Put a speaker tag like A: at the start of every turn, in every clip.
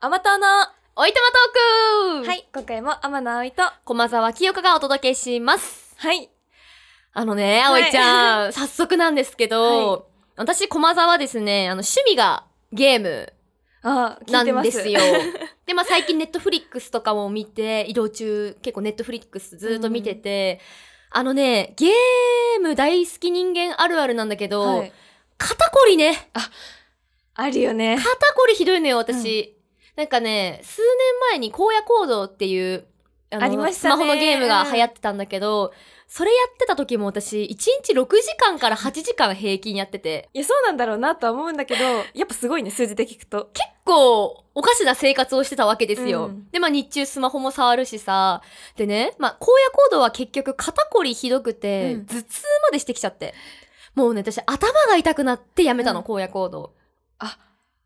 A: アマタの
B: おいたまトーク
A: はい、今回も天野葵と。
B: 駒沢清香がお届けします。
A: はい。
B: あのね、
A: はい
B: 葵ちゃん、早速なんですけど、
A: は
B: 私、駒沢ですね、あの、趣味がゲーム
A: ああ、聞
B: ない
A: て
B: ん
A: ま。
B: で すすよ。で、まあ最近ネットフリックスとかも見て、移動中、結構ネットフリックスずっと見てて、あのね、ゲーム大好き人間あるあるなんだけど、
A: はい。
B: 肩こりね。
A: あるよ ね。
B: 肩こりひどいのよ、私。なんかね、数年前に荒野行動っていう、あの
A: ありまし
B: ス
A: たね
B: マホのゲームが流行ってたんだけど、それやってた時も私、1日6時間から8時間平均やってて、
A: いや、そうなんだろうなとは思うんだけど、やっぱすごいね、数字で聞くと。
B: 結構、おかしな生活をしてたわけですよ。
A: うん
B: で、まあ日中スマホも触るしさ、でね、まあ荒野行動は結局肩こりひどくて、
A: うん
B: 頭痛までしてきちゃって。もうね、私頭が痛くなってやめた
A: う
B: の、
A: ん
B: 荒野行動。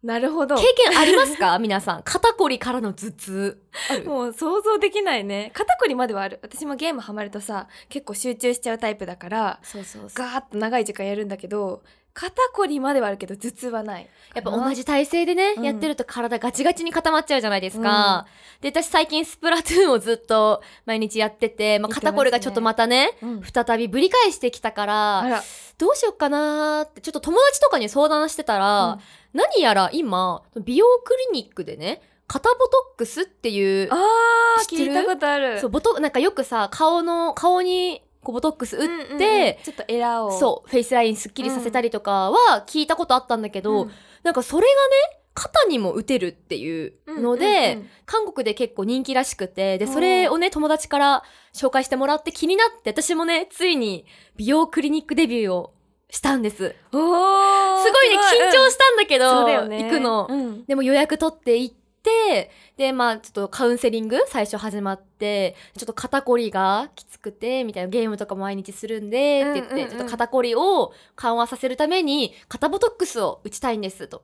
A: なるほど。
B: 経験ありますか 皆さん。肩こりからの頭痛。ある
A: もう想像できないね。肩こりまではある。私もゲームハマるとさ、結構集中しちゃうタイプだから、
B: そうそうそう。
A: ガーッと長い時間やるんだけど、肩こりまではあるけど、頭痛はない。
B: やっぱ同じ体勢でね、
A: うん
B: やってると体ガチガチに固まっちゃうじゃないですか。で、私最近スプラトゥーンをずっと毎日やってて、ま
A: やってま
B: あ、
A: すね
B: 肩こりがちょっとまたね、
A: うん
B: 再びぶり返してきたか
A: あ
B: ら、
A: ら、
B: どうしよっかなーって、ちょっと友達とかに相談してたら、何やら今、美容クリニックでね、肩ボトックスっていう、
A: ああ
B: 知って
A: 聞
B: る
A: いたことある
B: そう、ボト、なんかよくさ、顔の、顔にこうボトックス打っ
A: うんうんうん
B: て
A: ちょっとエラーを
B: そう、フェイスラインスッキリさせたりとかは聞いたことあったんだけど、
A: ん
B: なんかそれがね、肩にも打てるっていうので、
A: うんうんうん
B: 韓国で結構人気らしくて、で、
A: うん
B: それをね、友達から紹介してもらって気になって、私もね、ついに美容クリニックデビューをしたんです。す
A: おー
B: ごいね、緊張したんだけ
A: うんそう
B: ど、
A: だよね
B: 行くの。
A: うん
B: でも予約取って行って、で、まあ、ちょっとカウンセリング最初始まって、ちょっと肩こりがきつくて、みたいなゲームとかも毎日するんで、って言って、
A: うんうんうん
B: ちょっと肩こりを緩和させるために、肩ボトックスを打ちたいんです、と。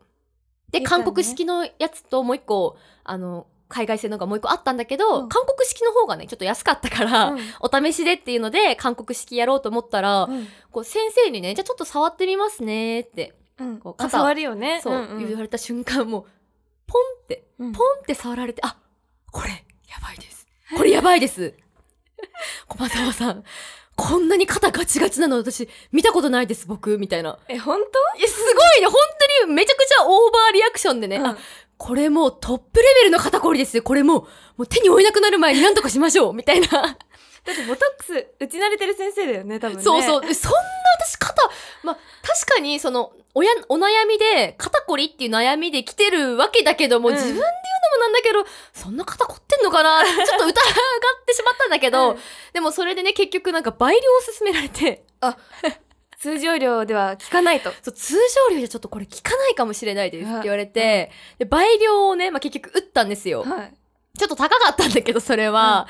B: で、
A: 出たね
B: 韓国式のやつともう一個、あの、海外製のがもう一個あったんだけど、
A: うん
B: 韓国式の方がね、ちょっと安かったから、お試しでっていうので、韓国式やろうと思ったら、
A: うん
B: こう先生にね、じゃあちょっと触ってみますねって、
A: うん
B: こう
A: あ
B: 肩を
A: 触るよね
B: そう、
A: んん
B: 言われた瞬間もう、ポンって、
A: うん
B: ポンって触られて、あ、これ、やばいです。これやばいです。駒沢さん、こんなに肩ガチガチなの私、見たことないです、僕、みたいな。
A: え本
B: え、すごいね、本当にめちゃくちゃオーバーリアクションでね、
A: 当
B: あ、これもうトップレベルの肩こりですよ。これもう、もう手に負えなくなる前に何とかしましょう、みたいな。
A: だってボトックス打ち慣れてる先生だよね多分ね
B: そうそう。えそんな私肩、まあ、確かにその、おや、お悩みで、肩こりっていう悩みで来てるわけだけども、
A: うん
B: 自分で言うのもなんだけど、そんな肩こってんのかなちょっと疑ってしまったんだけど、
A: うん
B: でもそれでね、結局なんか倍量を勧められて、
A: 通常量では効かないと
B: そう、通常量じゃちょっとこれ効かないかもしれないですって言われ
A: う
B: て、で、倍量をね、まあ、結局打ったんですよ。
A: はい
B: ちょっと高かったんだけど、それは。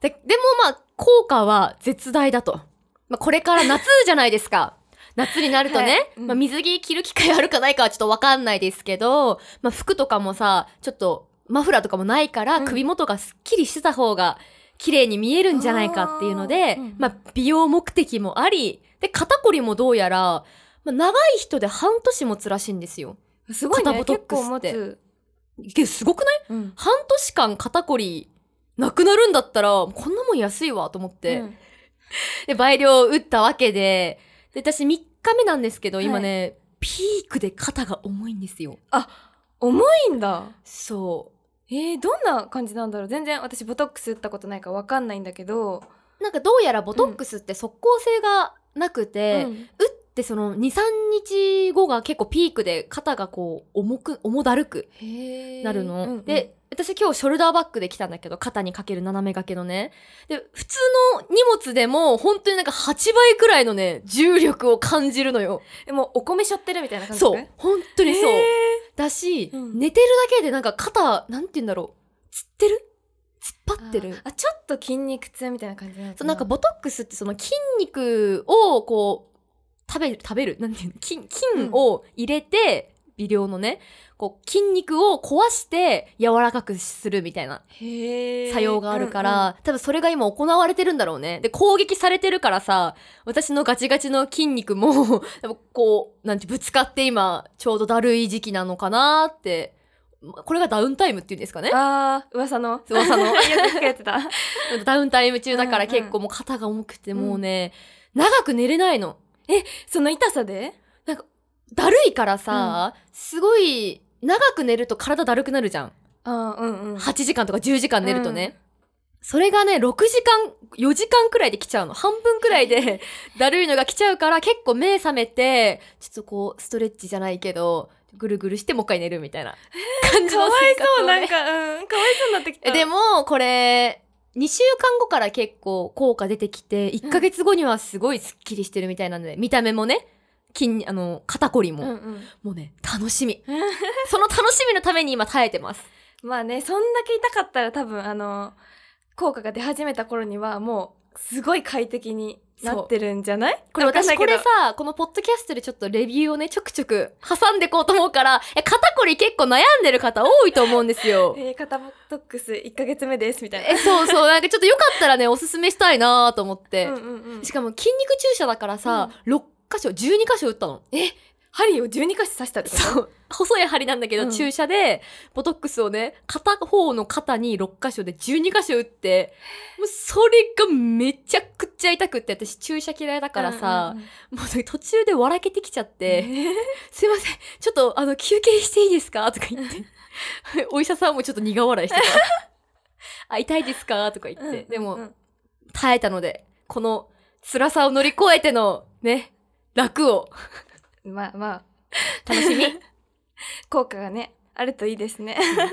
B: ででもまあ、効果は絶大だと。まあ、これから夏じゃないですか。夏になるとね、
A: はいうん
B: まあ、水着着る機会あるかないかはちょっとわかんないですけど、まあ、服とかもさ、ちょっとマフラーとかもないから、
A: うん
B: 首元がすっきりしてた方が綺麗に見えるんじゃないかっていうので、
A: あーうん
B: まあ、美容目的もあり、で、肩こりもどうやら、まあ、長い人で半年持つらしいんですよ。
A: すごい
B: 肩
A: ね
B: ボト
A: 結
B: ック
A: 構
B: ス
A: 持
B: って
A: つ
B: えすごくない
A: うん
B: 半年間肩こりなくなるんだったら、こんなもん安いわと思って、
A: うん
B: で、倍量打ったわけで、で、私3日目なんですけど、
A: はい
B: 今ね、ピークで肩が重いんですよ。
A: 重いんだ
B: そ
A: えー、どんな感じなんだろう全然私ボトックス打ったことないからわかんないんだけど、
B: う。なんかどうやらボトックスって即効性がなくて、
A: うん
B: 打ってその2、3日後が結構ピークで肩がこう重く、重だるく
A: へー
B: なるの。
A: うんうん
B: で、私今日ショルダーバッグで来たんだけど、肩にかける斜め掛けのね。で、普通の荷物でも、本当になんか8倍くらいのね、重力を感じるのよ。
A: えもうお米しょってるみたいな感じ
B: そう。本当にそう。
A: へー
B: だし、
A: うん
B: 寝てるだけでなんか肩、なんて言うんだろう。つってる突っ張ってる。
A: ああちょっと筋肉痛みたいな感じなの
B: そう、なんかボトックスってその筋肉をこう、食べる、食べる、なんていうの、筋、筋を入れて、微量のね、こう、筋肉を壊して柔らかくするみたいな。
A: へー
B: 作用があるから、、多分それが今行われてるんだろうね。で、攻撃されてるからさ、私のガチガチの筋肉 も、多分こう、なんてぶつかって今、ちょうどだるい時期なのかなってまこれがダウンタイムっていうんですかね
A: あー、噂の。
B: 噂の
A: よく聞かれてた。
B: ダウンタイム中だか
A: う
B: ら
A: んうん
B: 結構もう肩が重くてもうね、長く寝れないの
A: その痛さで
B: だるいからさ、すごい長く寝ると体だるくなるじゃん
A: あー、 うんうん。
B: 8時間とか10時間寝るとね、それがね、6時間、4時間くらいで来ちゃうの。半分くらいで、 だるいのが来ちゃうから、結構目覚めて、ちょっとこう、ストレッチじゃないけど、ぐるぐるしてもう一回寝るみたいな感じ
A: かわ
B: の
A: い
B: 生活
A: そう、
B: を、ね。
A: なんか、うん。かわいそうになってきた。
B: でも、これ、2週間後から結構効果出てきて、1ヶ月後にはすごいスッキリしてるみたいなので、見た目もね、筋、あの、肩こりも、
A: うんうん。
B: もうね、楽しみ。 その楽しみのために今耐えてます。
A: まあね、そんだけ痛かったら多分、あの、効果が出始めた頃には、もう、すごい快適になってるんじゃない
B: これ
A: わかんな
B: 私
A: いけ
B: こ
A: ど
B: れさ、このポッドキャストでちょっとレビューをね、ちょくちょく挟んでこうと思うから、え肩こり結構悩んでる方多いと思うんですよ。
A: えー、肩ボトックス1ヶ月目です、みたいな。
B: え、そうそう、なんかちょっとよかったらね、おすすめしたいなと思って。
A: うんうんうん
B: しかも筋肉注射だからさ、6箇所、12箇所打ったの。え
A: 針を12箇所刺したってこと
B: そう。細い針なんだけど、
A: うん
B: 注射で、ボトックスをね、片方の肩に6箇所で12箇所打って、もうそれがめちゃくちゃ痛くって、私注射嫌いだからさ、
A: うんうんうん
B: もう途中で笑けてきちゃって、
A: ね
B: すいません、ちょっと、あの、休憩していいですかとか 言って。お医者さんもちょっと苦笑いしてた。 あ、痛いですかとか言って。で
A: うんう
B: も、
A: ん
B: 耐えたので、この辛さを乗り越えての、ね、楽を。
A: うんまあまあ、
B: 楽 しみ。あおち
A: 効果がね、あるといいですね。
B: ゃん、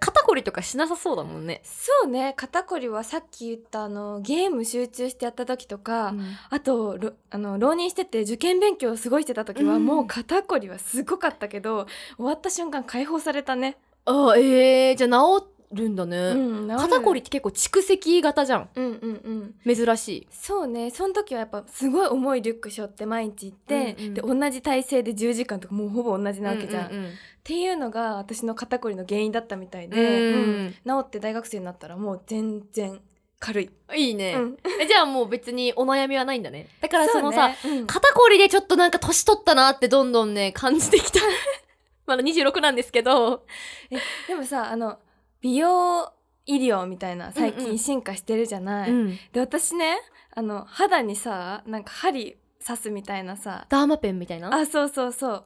B: 肩こりとかしなさそうだもんね。
A: そうね、肩こりはさっき言ったあの、ゲーム集中してやった時とか、あと、ろあの、浪人してて受験勉強をすごいしてた時は、
B: うん
A: もう肩こりはすごかったけど、終わった瞬間解放されたね。
B: あ、ええじゃあ治るんだね。
A: うん、治る
B: 肩こりっ。て結構蓄積型じゃん。
A: うんうんうん。
B: 珍しい。
A: そうね、その時はやっぱすごい重いリュック背負って毎日行って、
B: うんうん
A: で、同じ体勢で10時間とかもうほぼ同じなわけじゃん。
B: うんうんうん
A: っていうのが私の肩こりの原因だったみたいで、
B: うん
A: うん治って大学生になったらもう全然軽い。
B: いい ね、
A: うん
B: えじゃあもう別にお悩みはないんだね。だからそのさ、
A: そうねうん
B: 肩こりでちょっとなんか年取ったなってどんどんね、感じ てきた。まだ26なんですけど。
A: でもさあの美容医療みたいな最
B: うんう
A: 近
B: ん
A: 進化してるじゃない、
B: ん。
A: で私ねあの肌にさなんか針刺すみたいなさ
B: ダーマペンみたいな。
A: あそうそうそう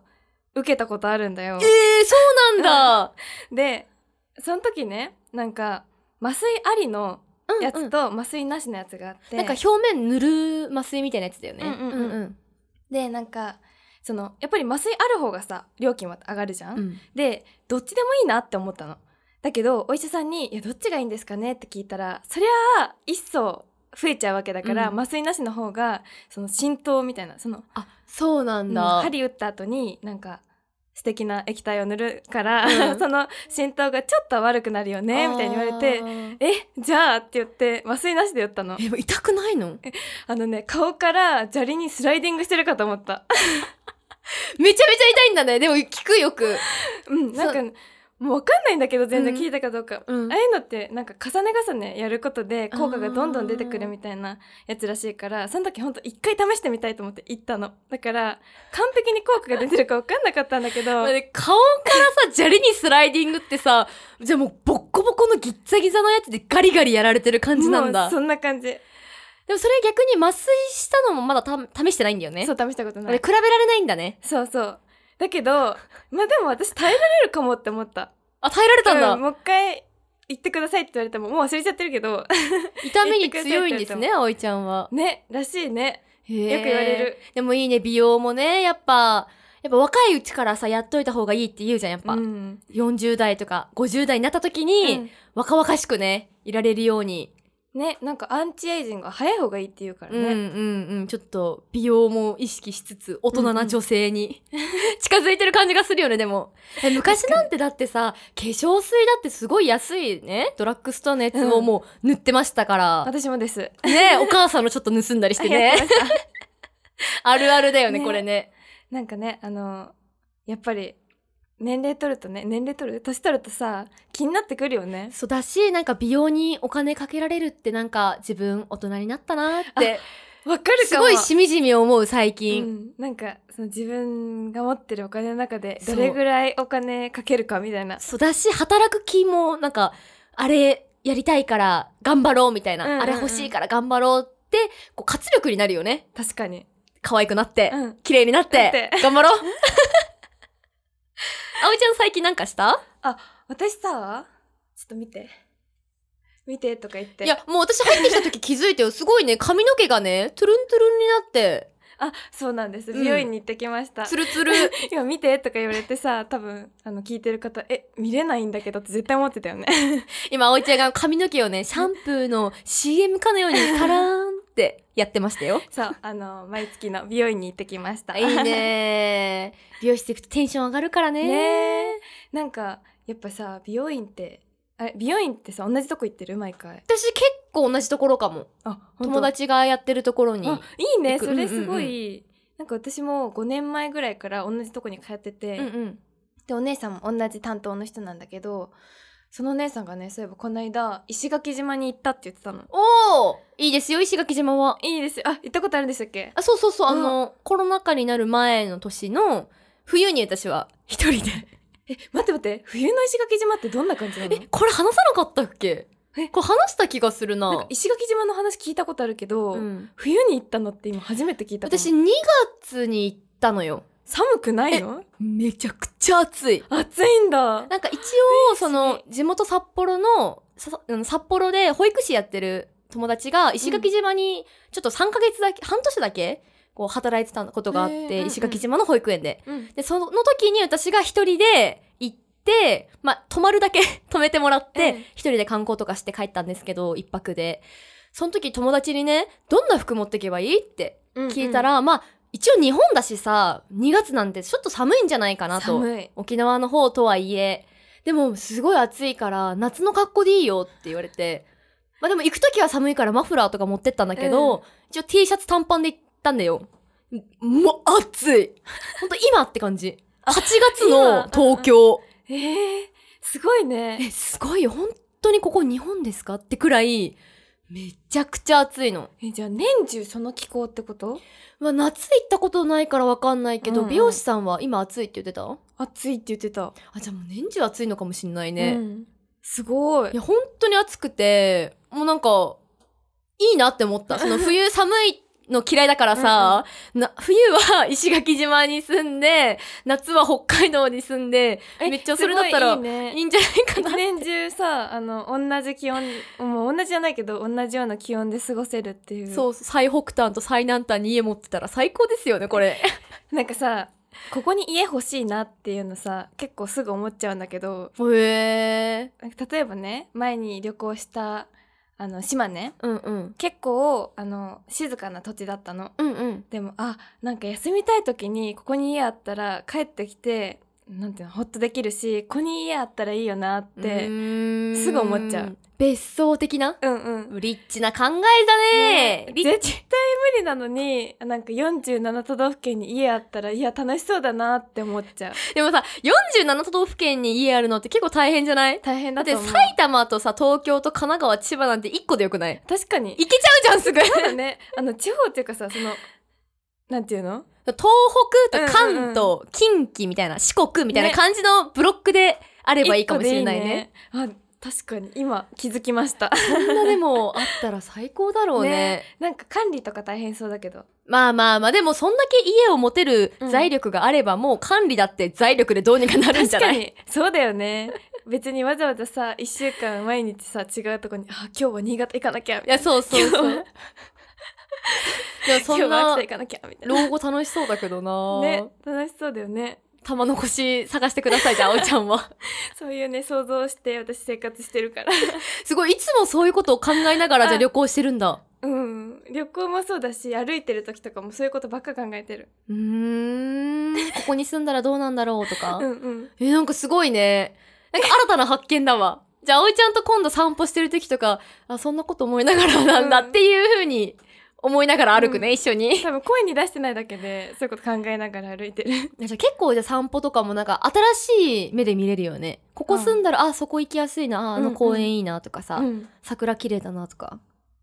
A: 受けたことあるんだよ
B: ええそうなんだ。
A: でその時ねなんか麻酔ありの
B: うん
A: やつと麻酔なしのやつがあって、
B: なんか表面塗る麻酔みたいなやつだよね。
A: うんうんうん
B: うん
A: でなんかそのやっぱり麻酔ある方がさ料金は上がるじゃん、
B: うん
A: でどっちでもいいなって思ったのだけどお医者さんに「いやどっちがいいんですかね?」って聞いたらそりゃあ一層増えちゃうわけだから、
B: うん
A: 麻酔なしの方がその浸透みたいなその、
B: あ、そうなんだ。
A: うん針打った後になんか素敵な液体を塗るから、
B: うん
A: その浸透がちょっと悪くなるよねみたいに言われて「え
B: て。
A: じゃあ」って言って麻酔なしで打ったの
B: え、でも痛くないのめち
A: あのね顔から砂利にスライディングしてるかと思った
B: ゃめちゃ痛いんだね。でも聞くよく。
A: うん、なんか
B: そ
A: もう分かんないんだけど全然
B: うん
A: 聞いたかどうか、
B: うん
A: ああいうのってなんか重ね重ねやることで効果がどんどん出てくるみたいなやつらしいからその時ほんと一回試してみたいと思って行ったのだから完璧に効果が出てるか分かんなかったんだけ ど
B: で顔からさ、砂利にスライディングってさ、じゃあもうボッコボコのギッザギザのやつでガリガリやられてる感じなん
A: も
B: だ
A: う。そんな感じ
B: でもそれ逆に麻酔したのもまだた試してないんだよね。
A: そう試したこと
B: あ
A: な
B: れ
A: い
B: 比べられないんだね。
A: そうそうだけどまあでも私耐えられるかもって思った
B: あ、耐えられたんだ。
A: うんもう一回行ってくださいって言われてももう忘れちゃってるけど
B: 痛みに強いんですね、葵ちゃんは。
A: ねらしいね
B: よく
A: よく言われ。る、
B: でもいいね、美容もね、やっぱ、やっぱ若いうちからさ、やっといた方がいいって言うじゃん、やっぱ。
A: うん
B: 40代とか50代になった時に、
A: うん
B: 若々しくね、いられるように。
A: ねなんかアンチエイジングは早い方がいいって言うから
B: うんう
A: ね、
B: んうん。ちょっと、美容も意識しつつ、大人な女性に、近づいてる感じがするよね、でも。 え昔なんてだってさ、化粧水だってすごい安いね、ドラッグストアのやつをもう塗ってましたから。
A: 私もです
B: ねお母さんのちょっと盗んだりして
A: やってま
B: ね。
A: した
B: あるあるだよね、
A: ね
B: これね。
A: なんかねあのやっぱり年齢取るとね年齢取る年取るとさ気になってくるよね
B: そうだし、なんか美容にお金かけられるってなんか自分大人になったなって
A: わかる
B: す
A: か
B: ご
A: も
B: いしみじみ思う最
A: うん、
B: 近、
A: なんかその自分が持ってるお金の中で
B: そ
A: ど
B: う
A: れぐらいお金かけるかみたいな
B: そうだし働く気もなんかあれやりたいから頑張ろうみたいな、
A: うんうんうん
B: あれ欲しいから頑張ろうってこう活力になるよね
A: 確かに、
B: 可愛くなって、
A: うん、
B: 綺麗になっ
A: だってて
B: 頑張ろう 葵ちゃん最近なんかした
A: 私さちょっと見て見てとか言って
B: いやもう私入ってきた時気づいてよすごいね髪の毛がねトゥルントゥルンになって
A: あそうなんです
B: うん
A: 美容院に行ってきました、
B: ツルツル
A: 今見てとか言われてさ多分あの聞いてる方え見れないんだけどって絶対思ってたよ ね
B: 今葵ちゃんが髪の毛をねシャンプーの CM かのようにカラーンってやってまし たよ
A: そうあの毎月の美容院に行ってきました
B: いいね美容室行くとテンション上がるからね
A: ねなんかやっぱさ美容院ってあれ美容院ってさ同じとこ行ってる毎回
B: 私結構同じところかも
A: あ
B: 友達がやってるところに
A: あいいね
B: 行く
A: それすごい、なんか私も5年前ぐらいから同じとこに通ってて、
B: うんうん
A: でお姉さんも同じ担当の人なんだけどそのお姉さんがねそういえばこの間石垣島に行ったって言ってたの
B: おーいいですよ石垣島はい
A: いですよあ行ったことあるんでしたっけ
B: あそうそうそう、
A: うん
B: あのコロナ禍になる前の年の冬に私は一人で
A: え待って待って冬の石垣島ってどんな感じなの
B: えこれ話さなかったっけ
A: え
B: これ話した気がするな
A: なんか石垣島の話聞いたことあるけど、
B: うん
A: 冬に行ったのって今初めて聞いたかも
B: 私2月に行ったのよ
A: 寒くないの
B: めちゃくちゃ暑い
A: 暑いんだ
B: なんか一応その地元札幌のさうん札幌で保育士やってる友達が石垣島にちょっと3ヶ月だけ、半年だけこう働いてたことがあっ
A: へー
B: て、
A: うんうん
B: 石垣島の保育園で
A: うん
B: で、その時に私が一人で行って、まあ、泊まるだけ 泊めてもらっ
A: う
B: て
A: ん、
B: 一人で観光とかして帰ったんですけど、一泊で。その時友達にね、どんな服持ってけばいいって聞いたら、まあ、一応日本だしさ、2月なんてちょっと寒いんじゃないかなと。
A: 寒い
B: 沖縄の方とはいえ。でも、すごい暑いから、夏の格好でいいよって言われて。まあでも行く時は寒いからマフラーとか持ってったんだけど、
A: うん
B: 一応 T シャツ短パンで行ったんだよ。もう暑いほんと今って感じ。8月の東京。
A: えー、すごいね
B: え、すごいよ。本当にここ日本ですかってくらい、めちゃくちゃ暑いの。
A: えじゃあ年中その気候ってこと
B: まあ夏行ったことないからわかんないけ
A: う
B: ど、
A: んうん
B: 美容師さんは今暑いって言ってたあ、
A: 暑いって言ってた
B: じゃあもう年中暑いのかもしんないね。
A: うんすごい
B: いや、本当に暑くて、もうなんか、いいなって思 った。その冬寒いの嫌いだからさ、な冬は石垣島に住んで、夏は北海道に住んで、めっちゃそれだったら
A: すごいいいね
B: いいんじゃないか
A: 一
B: な。
A: 年中さあの同じ気温もう同じじゃないけど同じような気温で過ごせるっていう
B: そう、最北端と最南端に家持ってたら最高ですよね、これ。
A: なんかさここに家欲しいなっていうのさ結構すぐ思っちゃうんだけど
B: へえ。
A: なんか例えばね前に旅行したあの島ね
B: うんうん。
A: 結構あの静かな土地だったの
B: うんうん。
A: でもあなんか休みたい時にここに家あったら帰ってきてなんていうのホッとできるしここに家あったらいいよなって
B: す
A: すぐ思っちゃう。
B: 別荘的な
A: うんうん
B: リッチな考えだね
A: ね
B: リッ
A: 絶
B: チ。
A: 対無理なのになんか47都道府県に家あったらいや楽しそうだなって思っちゃう
B: でもさ、47都道府県に家あるのって結構大変じゃない
A: 大変だ
B: だって
A: と思う
B: 埼玉とさ東京と神奈川千葉なんて1個でよくない
A: 確かに
B: 行けちゃうじゃんすぐ東
A: そうだねあの地方っていうかさそのなんていうの
B: 北と関東、近畿みたいな四国みたいな
A: ね
B: 感じのブロックであればいいかもしれないね
A: 一個でいいねあ確かに今気づきました
B: そんなでもあったら最高だろうね
A: ねなんか管理とか大変そうだけど
B: まあまあまあでもそんだけ家を持てる財力があれば、もう管理だって財力でどうにかなるん
A: 確
B: じゃな
A: か
B: い
A: にそうだよね別にわざわざさ1週間毎日さ違うとこにあ今日は新潟行かなきゃみ
B: い
A: たい
B: やそうそうそう
A: 今日は
B: でも
A: な今
B: そん
A: 日は
B: な
A: 秋田行かなきゃみたいな
B: 老後楽しそうだけどな、
A: ね楽しそうだよね
B: 玉の腰探してくださいじゃあ葵ちゃんも
A: そういうね想像して私生活してるから
B: すごい、いつもそういうことを考えながらじゃあ
A: あ
B: 旅行してるんだ。
A: うん旅行もそうだし歩いてる時とかもそういうことばっか考えてる
B: うーん、ここに住んだらどうなんだろうとか
A: う。んうん
B: え、なんかすごいね。なんか新たな発見だわ。じゃあ、葵ちゃんと今度散歩してる時とか、あ、そんなこと思いながらなんだ
A: うん
B: っていうふうに思いながら歩くね、
A: うん
B: 一緒に。
A: 多分声に出してないだけでそういうこと考えながら歩いてる
B: じゃあ結構じゃあ散歩とかもなんか新しい目で見れるよね。ここ住んだら、あ、そこ行きやすいな、ああ
A: うん
B: の
A: うん
B: 公園いいなとかさ、
A: うん
B: 桜綺麗だなとか。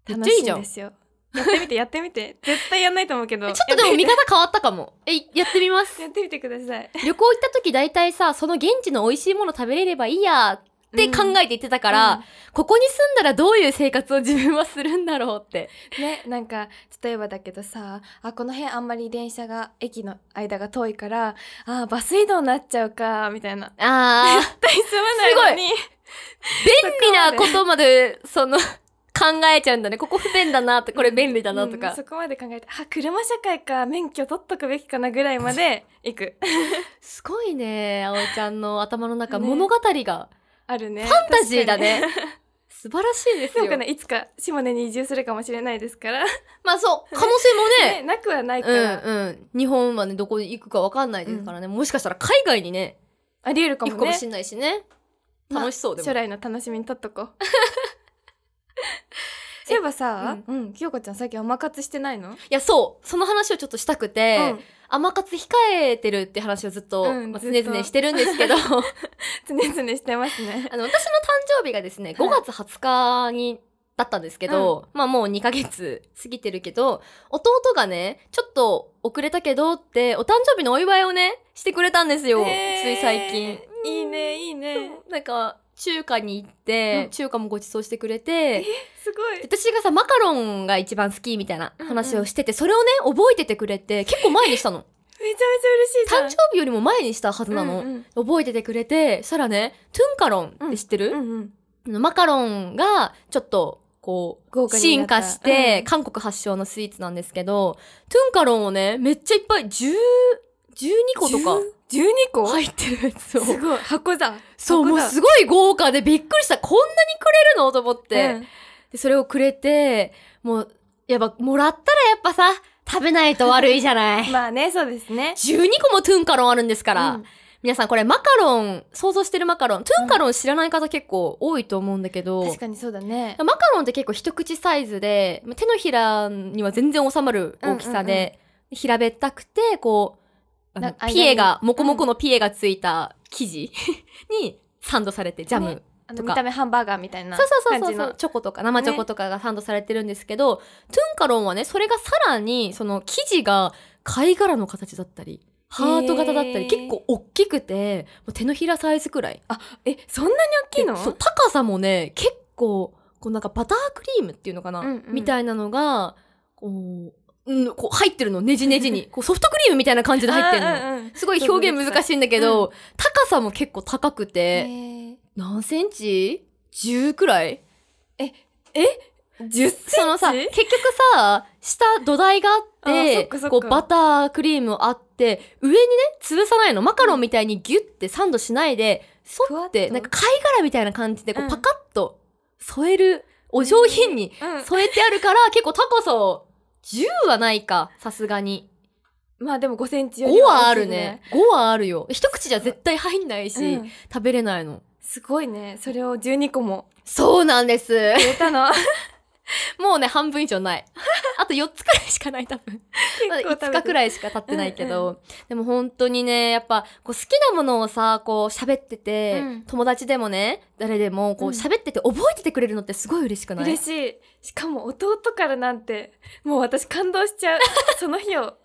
B: めっ
A: 楽
B: ちゃいい
A: しい
B: じゃん
A: ですよやってみてやってみて絶対やんないと思うけど
B: え ちょっとでも見方変わったかも。え、やってみます。
A: やってみてくださ い
B: 旅行行った時大体さ、その現地の美味しいもの食べれればいいやって考えて行ってたから、ここに住んだらどういう生活を自分はするんだろうって。
A: ねなんか例えばだけどさあこの辺あんまり電車が駅の間が遠いからあバス移動になっちゃうかみたいな
B: ああ、
A: 絶対住ま ないのに
B: 便利なことまで、そ の、考えちゃうんだね。ここ不便だなって、これ便利だなと
A: うん
B: か
A: そ。こまで考えてあ車社会か免許取っとくべきかなぐらいまで行く
B: すごいね、葵ちゃんの頭の中、
A: ね
B: 物語が。
A: あるねフ
B: ファンタジーだね。素晴らしいです
A: で
B: よ
A: も。ねいつか島根に移住するかもしれないですから、
B: まあそう、可能性も
A: ね、
B: ね、
A: なくはないか
B: う
A: ら、
B: んうん、日本はねどこ行くか分かんないですからね、もしかしたら海外にね
A: ありえるか
B: 行
A: も
B: くかも
A: ね
B: しんないしね
A: まあ
B: 楽しそうでも、
A: 将来の楽しみに取っとこ うそういえばさ、うん、きよこちゃん最近甘活してないの、
B: いやそうその話をちょっとしたくて、甘活控えてるって話をずっと、
A: うん
B: まあ
A: ず
B: 常
A: っと
B: 々してるんで すけどあ
A: う
B: の
A: ん、常々してますね。
B: 私の誕生日がですね5月20日にだったんですけど、まあもう2ヶ月過ぎてるけど弟がねちょっと遅れたけどってお誕生日のお祝いをねしてくれたんですよ、
A: えー
B: つい最近。
A: いいねいいね。
B: なんか中華に行って、
A: うん
B: 中華もご馳走してくれて、
A: すごい。
B: 私がさマカロンが一番好きみたいな話をしてて、それをね覚えててくれて結構前にしたの
A: めちゃめちゃ
B: 誕
A: 嬉しい
B: 生
A: じ
B: 日よりも前にしたはず
A: ゃ。
B: なんの、
A: うん
B: 覚えててくれてそしたらねトゥンカロンって知ってる
A: う、んうん
B: マカロンがちょっとこう
A: 豪華にな
B: 進
A: った
B: 化して、
A: うん
B: 韓国発祥のスイーツなんですけどトゥンカロンをねめっちゃいっぱい10 12個とか
A: 十二個。
B: 入ってるやつを
A: すごい箱だ。
B: そう、
A: 箱
B: もう
A: だ
B: すごい豪華でびっくりした。こんなにくれるのと思って、
A: うん
B: で。それをくれて、もう、やっぱ、もらったらやっぱさ、食べないと悪いじゃな い。
A: まあねそうですね。
B: 12個もトゥンカロンあるんですから、
A: うん
B: 皆さんこれマカロン、想像してるマカロン、トゥンカロン知らない方結構多いと思うんだけど、
A: 確かにそうだね。
B: マカロンって結構一口サイズで、手のひらには全然収まる大きさ
A: うんうん
B: で、平べったくて、こう、あの
A: な間に
B: ピエが、モコモコのピエがついた生地にサンドされて、ジャム。
A: ねあの
B: とか
A: 見た目ハンバーガーみたいな
B: そう
A: 感
B: そうそう
A: じ
B: そうそ
A: の
B: う。チョコとか生チョコとかがサンドされてるんですけど、トゥンカロンはねそれがさらにその生地が貝殻の形だったりハート型だった
A: へ
B: り
A: ー
B: 結構大きくてもう手のひらサイズくらい
A: えそんなに大きいの？
B: でそう高さもね結構こうなんかバタークリームっていうのかな、
A: うんうん
B: みたいなのがこう,、うん、こう入ってるのねじね じにこうソフトクリームみたいな感じで入ってるの。
A: あうんうん
B: すごい表現難しいんだけど、高さも結構高く
A: へ
B: て、
A: ー
B: 何センチ ?10 くらい
A: 10センチ
B: そのさ、結局さ、下土台があっ
A: あそ
B: て、
A: っかそっか
B: こうバタークリームあって、上にね、潰さないの。マカロンみたいにギュってサンドしないで、そ
A: ふわ
B: っ、
A: ってと
B: なんか貝殻みたいな感じで、こ
A: う
B: うパ
A: ん
B: カッと添える、お上品に
A: うん
B: 添えてあるから、結構高さを、10はないか、さすがに。
A: まあでも5センチより
B: 5はあ
A: 大き
B: る
A: い
B: ね。5はあるよ。一口じゃ絶対入んないし、
A: うん
B: 食べれないの。
A: すごいねそれを12個も
B: そう なんです。
A: 入れたの
B: もうね、半分以 上ない。あと4つくらいしかない、多分。まだ5日く
A: い
B: らいしか経ってないけど、
A: うん
B: でも本当にね、やっぱ、こう好きなものをさ、こう喋ってて、
A: うん
B: 友達でもね、誰でも、こう
A: うん
B: 喋ってて覚えててくれるのってすごい嬉しくない
A: 嬉しいしかも弟からなんてもう私感動しち ゃうその日を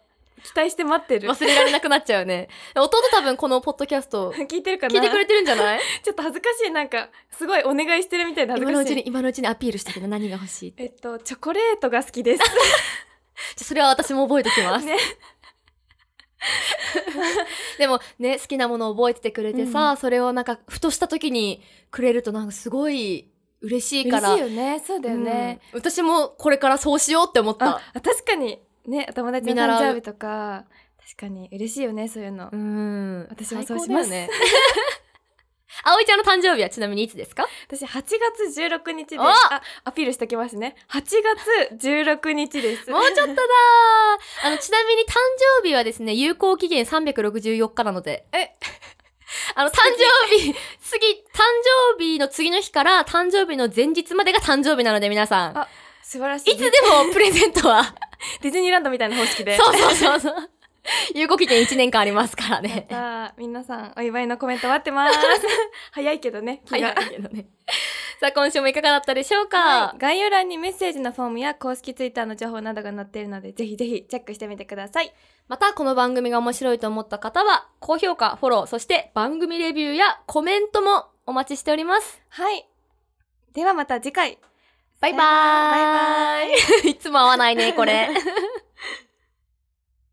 A: 期待して待ってる
B: 忘れられなくなっちゃう ね。弟多分このポッドキャスト、
A: 聞いてるかな
B: 聞いてくれてるんじゃない
A: ちょっと恥ずかしいなんかすごいお願いしてるみたい で恥ず
B: 今の
A: か
B: うち
A: し
B: に、
A: い
B: 今のうちにアピールしてけど何が欲しいって。
A: えっとチョコレートが好きです
B: じゃあそれは私も覚えておきます。
A: ね
B: でもね、好きなものを覚えててくれてさ、
A: う
B: それをなんか、ふとした時にくれるとなんかすごい嬉しいか
A: 嬉
B: ら。
A: しいよねそうだよね、
B: うん私もこれからそうしようって思った
A: あ確かにね友達の
B: 見習う
A: 誕生日とか確かに嬉しいよねそういうの、
B: ん
A: 私もそうします
B: 最高だよ 葵ちゃんの誕生日はちなみにいつですか
A: 私8月16日です
B: お
A: あアピールしてきますね8月16日です
B: もうちょっとだーあのちなみに誕生日はですね有効期限364日なので
A: え
B: あの誕生日次誕生日の次の日から誕生日の前日までが誕生日なので皆さん
A: あ素晴らしい
B: いつでもプレゼントは
A: ディズニーランドみたいな方式で。
B: そうそうそうそう有効期限1年間ありますからね
A: さあ、皆さん、お祝いのコメント待ってます。早いけどね、気
B: 早
A: が
B: い。けどね。さあ、今週もいかがだったでしょうか、
A: はい概要欄にメッセージのフォームや公式ツイッターの情報などが載っているのでぜひぜひチェックしてみてください
B: また、この番組が面白いと思った方は、高評価、フォロー、そして番組レビューやコメントもお待ちしております。
A: はいではまた次回
B: バイバ
A: バ
B: ーイ
A: イバーイ
B: いつも合わないね、これ。